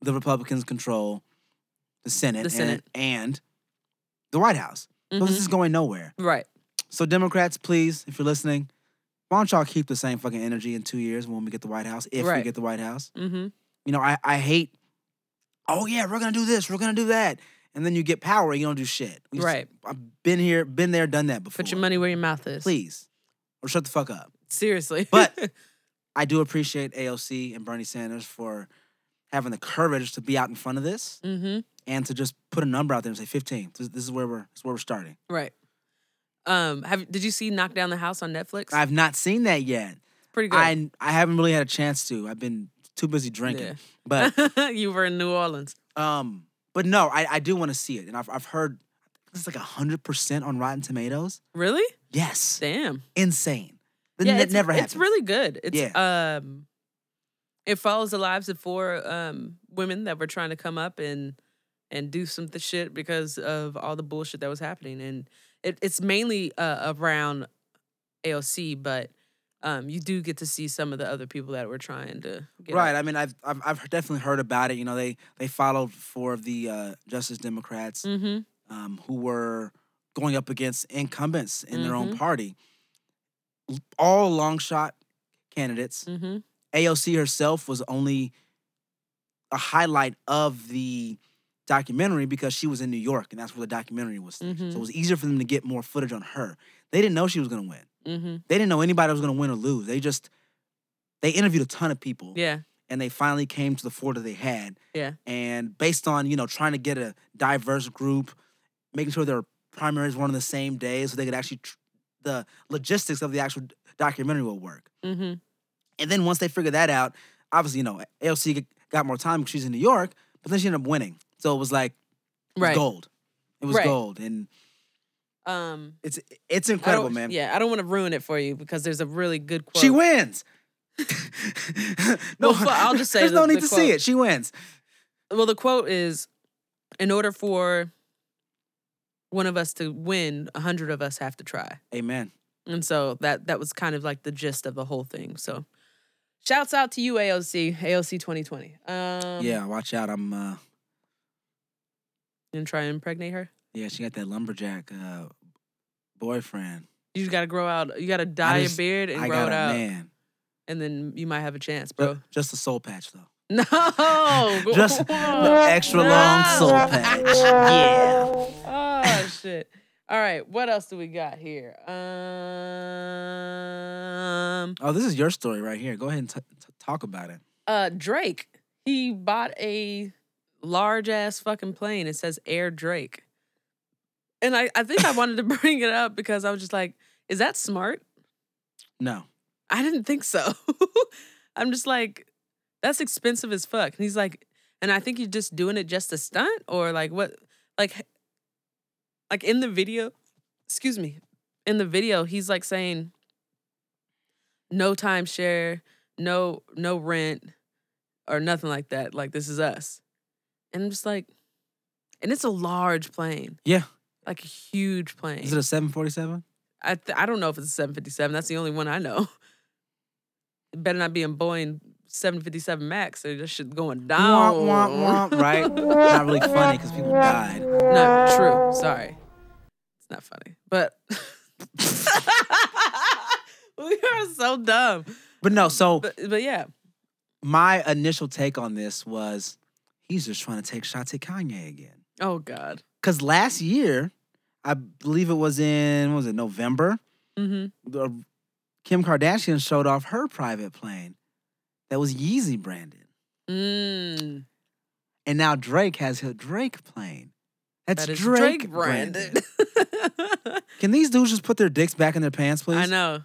the Republicans control the Senate,
The Senate.
And, and the White House. So, this
mhm.
is going nowhere.
Right.
So, Democrats, please, if you're listening, why don't y'all keep the same fucking energy in two years when we get the White House, if we
Right.
get the White House?
Mm-hmm.
You know, I, I hate, oh yeah, we're gonna do this, we're gonna do that. And then you get power and you don't do shit. We just-
Right.
I've been here, been there, done that before.
Put your money where your mouth is.
Please. Or shut the fuck up.
Seriously.
But- I do appreciate AOC and Bernie Sanders for having the courage to be out in front of this
mm-hmm.
and to just put a number out there and say 15. This, this is where we're this is where we're starting.
Right. Um, have did you see Knock Down the House on Netflix?
I've not seen that yet.
Pretty good.
I I haven't really had a chance to. I've been too busy drinking.
Yeah.
But
you were in New Orleans.
um but no, I, I do want to see it. And I've I've heard it's like hundred percent on Rotten Tomatoes.
Really?
Yes.
Damn.
insane. That ne-
it's,
never happens.
It's really good. It's um it follows the lives of four um women that were trying to come up and and do some th- shit because of all the bullshit that was happening. And it, it's mainly uh, around AOC, but um, you do get to see some of the other people that were trying to get
right.
up.
I mean, I've, I've I've definitely heard about it. You know, they they followed four of the uh, Justice Democrats
Mm-hmm.
um, who were going up against incumbents in their own
Mhm.
party, L- all long shot candidates.
Mm-hmm.
AOC herself was only a highlight of the documentary because she was in New York and that's where the documentary was. So
Mhm.
it was easier for them to get more footage on her. They didn't know she was going to win.
Mm-hmm.
They didn't know anybody was going to win or lose. They just they interviewed a ton of people.
Yeah.
and they finally came to the four that they had.
Yeah.
And based on, you know, trying to get a diverse group, making sure their primaries were on the same day so they could actually, tr- the logistics of the actual d- documentary will work.
Mm-hmm.
And then once they figured that out, obviously, you know, AOC g- got more time because she's in New York, but then she ended up winning. So it was like, it was
Right.
gold. It was
Right.
gold. And
Um,
it's it's
I
incredible,
don't-
man.
Yeah, I don't want to ruin it for you because there's a really good quote.
She wins.
Well, fu- I'll just say
there's
the-
no need
the
to
quote.
see it. She wins.
Well, the quote is in order for one of us to win, a hundred of us have to try.
Amen.
And so that that was kind of like the gist of the whole thing. So shouts out to you, AOC, AOC 2020. Um
yeah, watch out. I'm uh
and try and impregnate her.
Yeah, she got that lumberjack uh, boyfriend.
You just gotta grow out you gotta dye
just-
your beard and
I
grow
got
it
a
out.
man,
And then you might have a chance,
but
bro. Oh,
just a soul patch though.
No.
Just the extra long soul patch. Yeah.
Oh shit. All right, what else do we got here? Um
Oh, this is your story right here. Go ahead and t- t- talk about it.
uh Drake, he bought a large ass fucking plane. It says Air Drake. And I, I think I wanted to bring it up because I was just like, is that smart?
No,
I didn't think so. I'm just like, that's expensive as fuck. And he's like, and I think you're just doing it just to stunt or like what, like, h- like in the video, excuse me, in the video, he's like saying, no timeshare, no, no rent or nothing like that. Like, this is us. And I'm just like, and it's a large plane.
Yeah.
Like a huge plane.
is it a seven forty seven?
I th- I don't know if it's a 757. That's the only one I know. It better not be a Boeing 757 Max. Or this shit going down.
Right? Not really funny because people died.
No, true. Sorry. It's not funny. But we are so dumb.
But no, so
But but yeah.
my initial take on this was he's just trying to take shots at Kanye again.
Oh God.
Because last year, I believe it was in what was it November.
Mm-hmm.
the- Kim Kardashian showed off her private plane that was Yeezy branded.
Mm,
And now Drake has his Drake plane. That's
that is
Drake,
Drake,
branded.
branded.
Can these dudes just put their dicks back in their pants, please?
I know.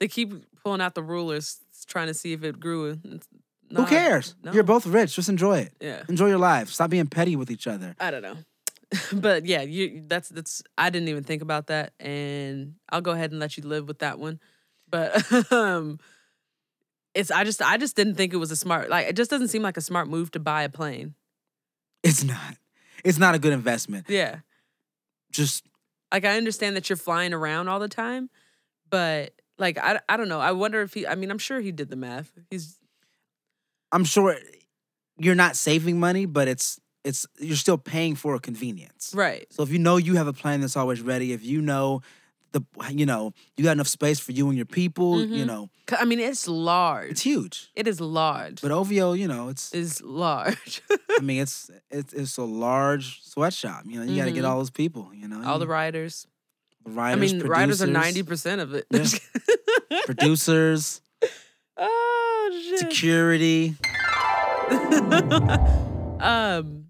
They keep pulling out the rulers, trying to see if it grew. It's
Who
not-
cares?
no.
You're both rich. Just enjoy it.
Yeah.
Enjoy your life. Stop being petty with each other.
I don't know. but yeah, you that's that's I didn't even think about that and I'll go ahead and let you live with that one. But um it's I just I just didn't think it was a smart like it just doesn't seem like a smart move to buy a plane.
It's not. It's not a good investment.
Yeah.
Just
Like I understand that you're flying around all the time, but like I, I don't know. I wonder if he I mean I'm sure he did the math. He's
I'm sure you're not saving money, but it's it's you're still paying for a convenience.
right.
So if you know you have a plan that's always ready, if you know the you know you got enough space for you and your people, you
Mhm.
know
'Cause, I mean it's
it's
large.
huge.
It is large.
But uh, OVO, you know, it's
is large.
I mean it's it's it's a large sweatshop. You know, you got to get
Mhm.
all those people. You know,
all the
you-
riders.
the
I
writers,
mean, riders are ninety
mm, producers,
percent of it.
Yeah. producers,
oh shit.
security.
um,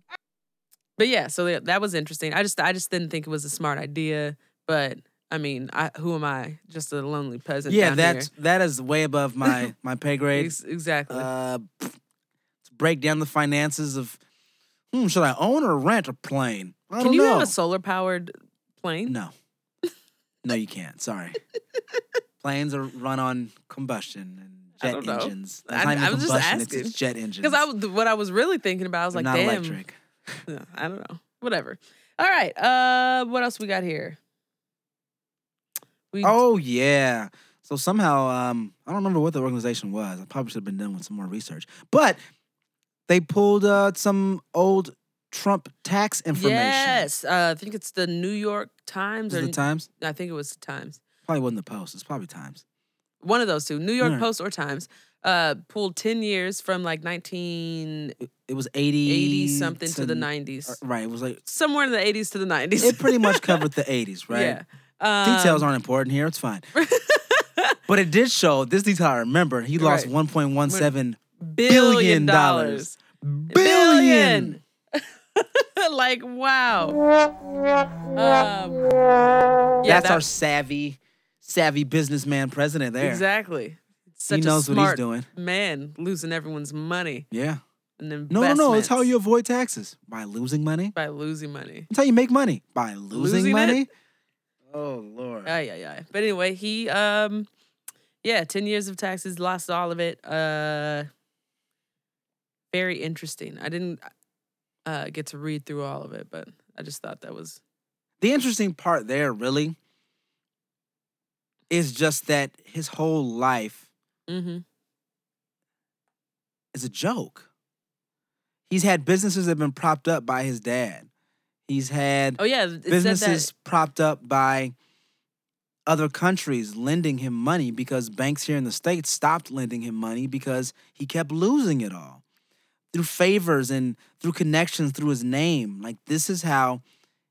but yeah, so that- that was interesting. I just I just didn't think it was a smart idea, but I mean, I who am I? Just a lonely peasant.
Yeah,
down
that's that is way above my my pay
here.
grade.
Ex- exactly.
Uh, to break down the finances of, hmm, should I own or rent a plane? I
Can
don't
you
know.
have a solar powered plane?
no, no, you can't. Sorry, planes are run on combustion and
I
jet
don't know.
engines.
I-
That's not even
I was just
combustion; it's-
asking.
it's jet engines.
Because I was- what I was really thinking about, I was
They're
like,
not
damn,
electric.
Yeah, I don't know. Whatever. All right. Uh, what else we got here? We
Oh yeah. So somehow, um, I don't remember what the organization was. I probably should have been done with some more research. But they pulled uh, some old Trump tax information.
Yes, uh, I think it's the New York Times
Was
or
it the Times?
I think it was the Times.
Probably wasn't the Post. It's probably Times.
One of those two, New York
Alright.
Post or Times, uh, pulled ten years from like nineteen
It was eighty,
eighty something to the nineties,
uh, Right. It was like
somewhere in the eighties to the nineties.
it pretty much covered the eighties,
Yeah,
right?
um,
Details aren't important here. It's fine. but it did show this detail. I remember he lost
Right.
one point one seven
billion dollars. Billion.
billion.
like wow. Um, yeah,
That's
that-
our savvy, savvy businessman president there.
exactly. Such
He knows
a
what
smart
he's doing.
man losing everyone's money
Yeah.
and investments.
No, no, no. It's how you avoid taxes by losing money.
by losing money.
It's how you make money by losing,
Losing it?
money. Oh lord.
Yeah, yeah, yeah. But anyway, he um yeah, 10 years of taxes, lost all of it. Uh very interesting. I didn't uh get to read through all of it, but I just thought that was
the interesting part there, really, is just that his whole life
mhm.
is a joke. He's had businesses that have been propped up by his dad. He's had
Oh yeah, it
businesses
said
propped up by other countries lending him money because banks here in the states stopped lending him money because he kept losing it all through favors and through connections through his name like this is how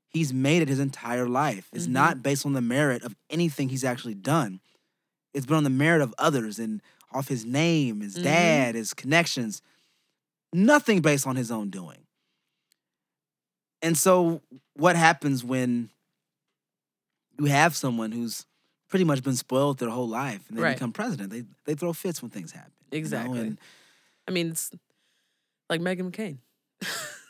he's made it his entire life it's
Mhm.
not based on the merit of anything he's actually done it's been on the merit of others and off his name his
Mhm.
dad his connections nothing based on his own doing and so what happens when you have someone who's pretty much been spoiled their whole life and they
Right.
become president? They they throw fits when things happen. you know,
Exactly.
and
that I mean it's like Megan McCain.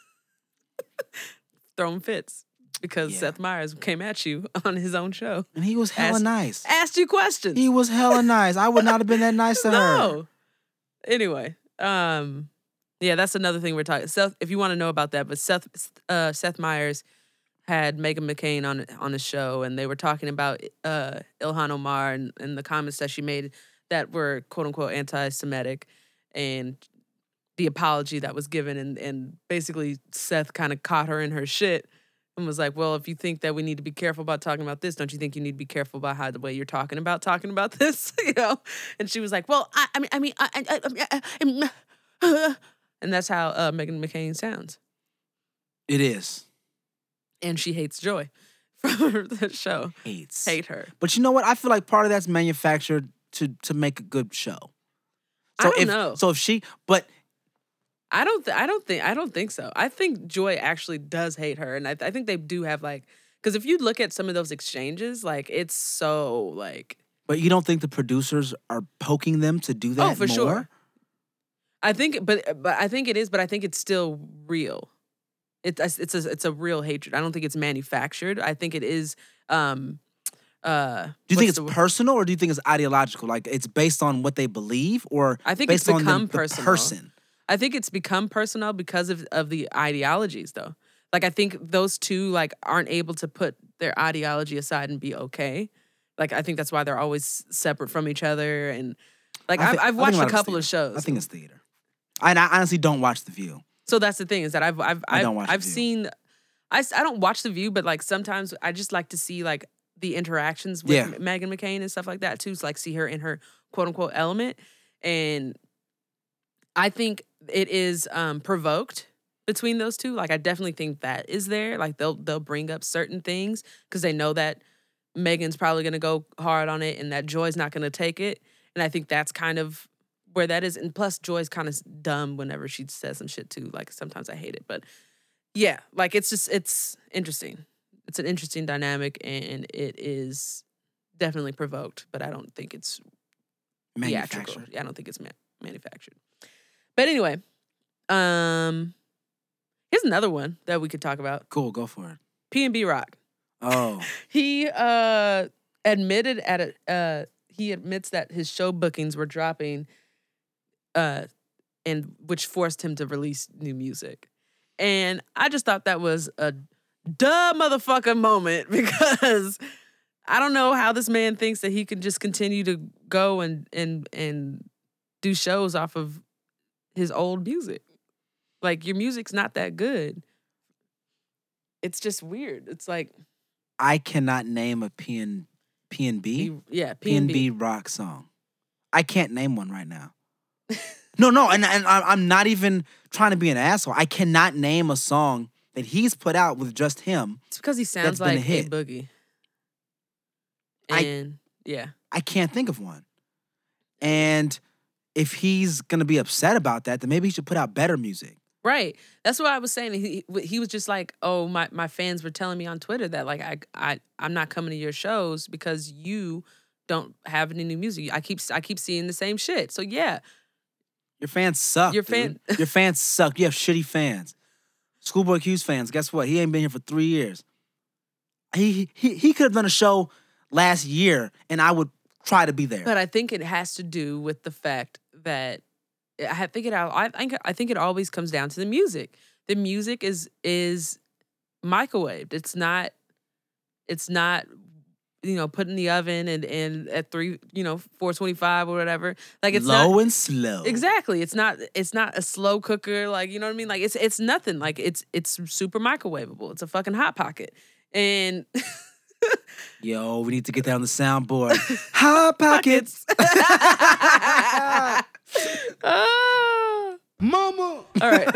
Throwing fits because
Yeah.
Seth Meyers came at you on his own show.
and he was hella
Ask-
nice.
Asked you questions.
He was hella nice. I would not have been that nice to her.
no. Anyway, um, yeah, that's another thing we're talking. Seth, if you want to know about that, but Seth, uh, Seth Meyers had Megan McCain on on his show, and they were talking about uh, Ilhan Omar and, and the comments that she made that were quote unquote anti-Semitic, and the apology that was given, and and basically Seth kind of caught her in her shit. And was like, well, if you think that we need to be careful about talking about this, don't you think you need to be careful about how the way you're talking about talking about this, you know? And she was like, "Well, I, I mean, I mean, I, I, I, I, I, I- and that's how uh, Megan McCain sounds,
It is.
and she hates Joy from the show.
Hates.
Hate her.
But you know what? I feel like part of that's manufactured to to make a good show. So
I don't
if
know.
so if she but
I don't. Th- I don't think. I don't think so. I think Joy actually does hate her, and I, th- I think they do have like. Because if you look at some of those exchanges, like it's so like.
but you don't think the producers are poking them to do that
oh, for
more?
sure. I think, but but I think it is, but I think it's still real. It, it's it's a it's a real hatred. I don't think it's manufactured. I think it is. Um, uh,
Do you think
what's
it's
the wo-
personal or do you think it's ideological? Like it's based on what they believe or
I think it's
based on the,
become
the
personal.
person?
I think it's become personal because of of the ideologies though. Like I think those two like aren't able to put their ideology aside and be okay. Like I think that's why they're always separate from each other and like
I
I've,
thi- I
I've
think
watched
a lot
a
of it's
couple of
theater.
shows.
I think it's theater. And I honestly don't watch The View.
so that's the thing is that I've I've
I
I've,
don't watch The
I've
View.
seen I, s- I don't watch the view but like sometimes I just like to see like the interactions with
Yeah.
M- Megan McCain and stuff like that too. So like see her in her quote unquote element and I think it is um, provoked between those two. Like I definitely think that is there. Like they'll they'll bring up certain things because they know that Megan's probably gonna go hard on it and that Joy's not gonna take it. And I think that's kind of where that is. And plus Joy's kind of dumb whenever she says some shit too. Like sometimes I hate it. But yeah, like it's just it's interesting. It's an interesting dynamic and it is definitely provoked, but I don't think it's theatrical.
Manufactured.
Yeah, I don't think it's ma- manufactured. But anyway, um, here's another one that we could talk about.
Cool, go for it.
P and B Rock.
Oh.
He uh admitted at a uh he admits that his show bookings were dropping, uh, and which forced him to release new music. And I just thought that was a duh motherfucker moment because I don't know how this man thinks that he can just continue to go and and and do shows off of his old music. Like your music's not that good. It's just weird. It's like
I cannot name a P and P and B
you- E, yeah,
P and
B.
E B rock song. I can't name one right now. no, no, and, and I'm I'm not even trying to be an asshole. I cannot name a song that he's put out with just him.
It's because he sounds
That's been a
like a,
hit.
boogie.
I-
And yeah,
I can't think of one. And if he's gonna be upset about that, then maybe he should put out better music.
right. That's what I was saying. He he- he was just like, oh my my fans were telling me on Twitter that like I I I'm not coming to your shows because you don't have any new music. I keep I keep seeing the same shit. So yeah,
Your fans suck.
Your
Your
fan-
fan, your fans suck. You have shitty fans. Schoolboy Q's fans. Guess what? He ain't been here for three years. He he he could have done a show last year, and I would try to be there.
but I think it has to do with the fact that eh, I ha- think it al- I think I think it always comes down to the music. The music is is microwaved. It's not it's not you know put in the oven and and at 3 you know 425 or whatever. Like it's
Low
not
and slow.
Exactly. It's not it's not a slow cooker like you know what I mean? Like it's it's nothing. Like it's it's super microwavable. It's a fucking hot pocket. And
Yo, we need to get that on the soundboard. Hot pockets.
Ah.
Mama.
All right.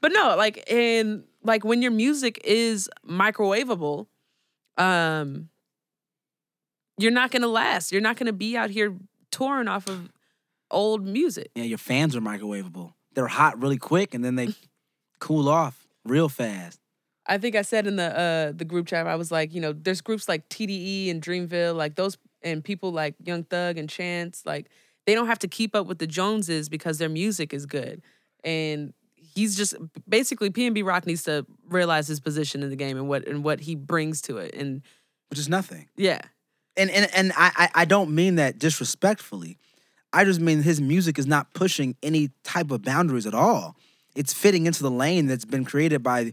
but no, like in like when your music is microwavable, um you're not going to last. You're not going to be out here touring off of old music.
yeah, your fans are microwavable. They're hot really quick, and then they cool off real fast.
I think I said in the uh the group chat I was like, you know, there's groups like TDE and Dreamville, like those and people like Young Thug and Chance, like they don't have to keep up with the Joneses because their music is good. And he's just basically PNB Rock needs to realize his position in the game and what and what he brings to it. And
Which is nothing.
yeah.
and and and I I, I don't mean that disrespectfully. I just mean his music is not pushing any type of boundaries at all. It's fitting into the lane that's been created by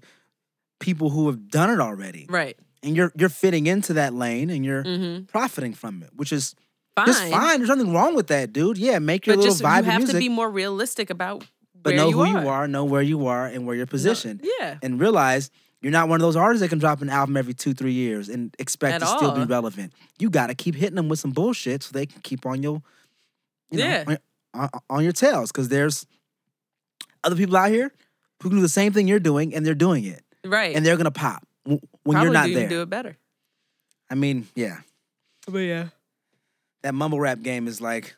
people who have done it already,
Right.
and you're you're fitting into that lane and you're
Mm-hmm.
profiting from it, which is
Fine.
just fine. There's nothing wrong with that, dude. Yeah, make your
But
little
just you
vibe
have
music,
to be more realistic about
but
where
know
you
who
are.
you are, know where you are, and where you're
No-
positioned,
yeah.
and realize. You're not one of those artists that can drop an album every two, three years and expect
At
to still be
all.
relevant. You gotta keep hitting them with some bullshit so they can keep on your you know,
Yeah.
on, on, on your tails because there's other people out here who can do the same thing you're doing and they're doing it
Right.
and they're gonna pop w- when
Probably
you're not
do,
there.
do it better.
I mean, yeah,
But yeah.
that mumble rap game is like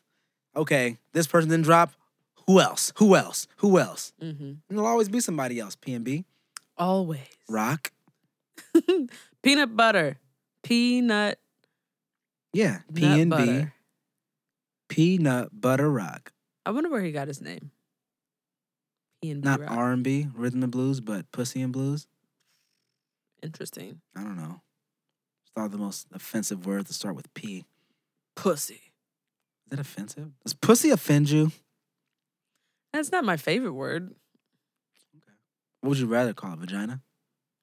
okay, this person didn't drop. Who else? Who else? Who else?
Mm-hmm.
And there'll always be somebody else. PNB,
Always.
rock.
Peanut butter. Peanut.
Yeah,
Nut
PNB,
butter.
peanut butter rock.
I wonder where he got his name. P&B
Not
Rock.
R and B, rhythm and blues, but pussy and blues.
Interesting.
I don't know. Just thought of the most offensive word to start with P.
Pussy.
Is that offensive? Does pussy offend you?
That's not my favorite word.
What would you rather call it? Vagina?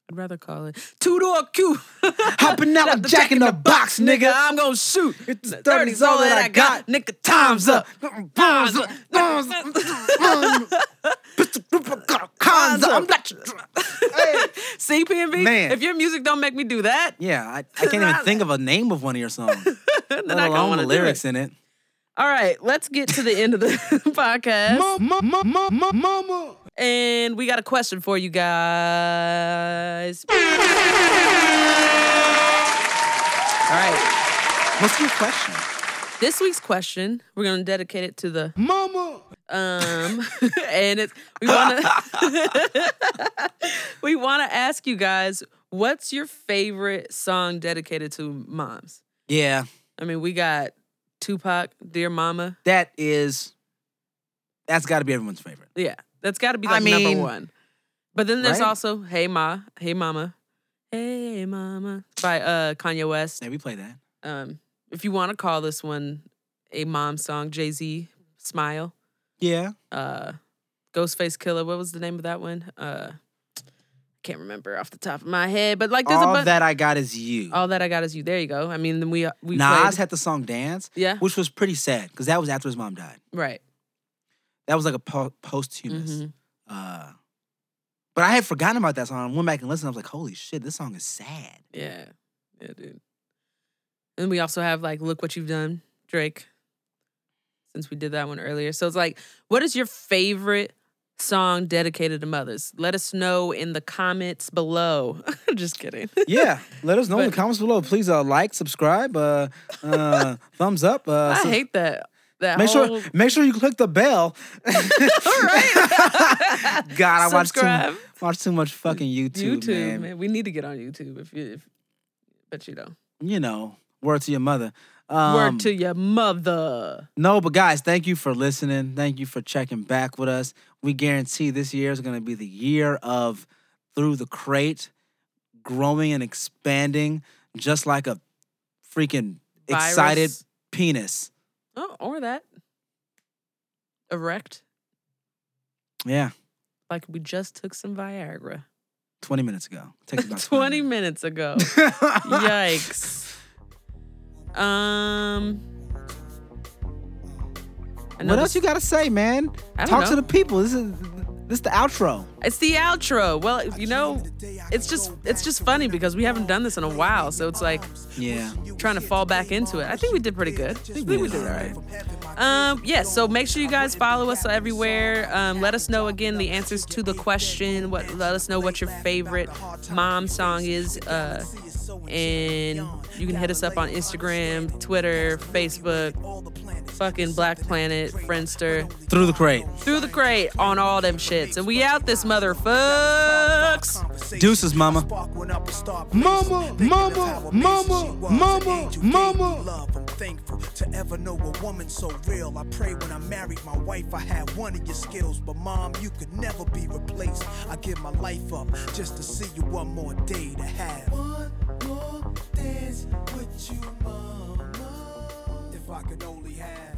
I'd rather call it two door coupe.
Hopping out, I'm jacking the box, nigga.
I'm gonna shoot.
It's
The
30's all that I got.
Nigga, time's up.
Bombs up, bombs up, bombs up. Pistol grip, got cons up. I'm like,
See, PNB?
Man.
If your music don't make me do that,
yeah, I, I can't even think of a name of one of your songs,
then
let
I don't
alone
want
the
to
lyrics
Do it.
in it.
All right, let's get to the end of the podcast. And we got a question for you guys. All right.
What's your question?
This week's question, we're gonna dedicate it to the Mama. Um and it's we wanna we wanna ask you guys, what's your favorite song dedicated to moms?
Yeah,
I mean, we got Tupac, Dear Mama.
that is, that's got to be everyone's favorite.
Yeah, that's got to be
I
like
mean-
number one. But then there's
Right.
also Hey Ma, Hey Mama, Hey Mama by uh, Kanye West.
Yeah, we play that.
Um, if you want to call this one a mom song, Jay Z, Smile,
Yeah,
uh, Ghostface Killer. What was the name of that one? Uh, can't remember off the top of my head. But like, there's
all
a bunch.
that I got is you.
all that I got is you. There you go. I mean, then we uh, we
Nas
played-
had the song "Dance,"
yeah,
which was pretty sad because that was after his mom died.
right.
That was like a po- posthumous.
Mhm.
Uh, but I had forgotten about that song. I went back and listened. I was like, "Holy shit, this song is sad."
Yeah, yeah, dude. And we also have like, look what you've done, Drake. Since we did that one earlier, so it's like, what is your favorite song dedicated to mothers? Let us know in the comments below. Just kidding.
yeah, let us know in the
But-
comments below. Please uh, like, subscribe, uh, uh, thumbs up. Uh,
I
so-
hate that. That
make
whole,
sure make sure you click the bell.
All right.
God, I watch
Subscribe.
too watch too much fucking YouTube,
YouTube,
man.
man. We need to get on YouTube if you, if, but you don't.
You know, word to your mother. Um,
Word to your mother.
No, but guys, thank you for listening. Thank you for checking back with us. We guarantee this year is going to be the year of through the crate, growing and expanding, just like a freaking excited
Virus.
penis.
Oh, or that. Erect.
Yeah,
like we just took some Viagra
20 minutes ago. Takes about
20 minutes ago. Yikes. Um I know
What else
this-
you got to say, man?
I don't
Talk to
know.
the people. This is this the outro.
It's the outro. Well, you know, it's just it's just funny because we haven't done this in a while, so it's like
Yeah.
trying to fall back into it. I think we did pretty good. I think we
did
did all
all
right. Um, yeah, so make sure you guys follow us everywhere. Um, let us know again the answers to the question. What let us know what your favorite mom song is. Uh, and you can hit us up on Instagram, Twitter, Facebook, fucking Black Planet, Friendster,
Through the crate.
through the crate on all them shits. And we out this motherfucks.
Deuces, mama.
Mama, mama, mama, mama, mama. Love, I'm thankful to ever know a woman so real. I pray when I married my wife, I had one of your skills. But mom, you could never be replaced. I give my life up just to see you one more day to have. One more dance with you, mama. If I could only have.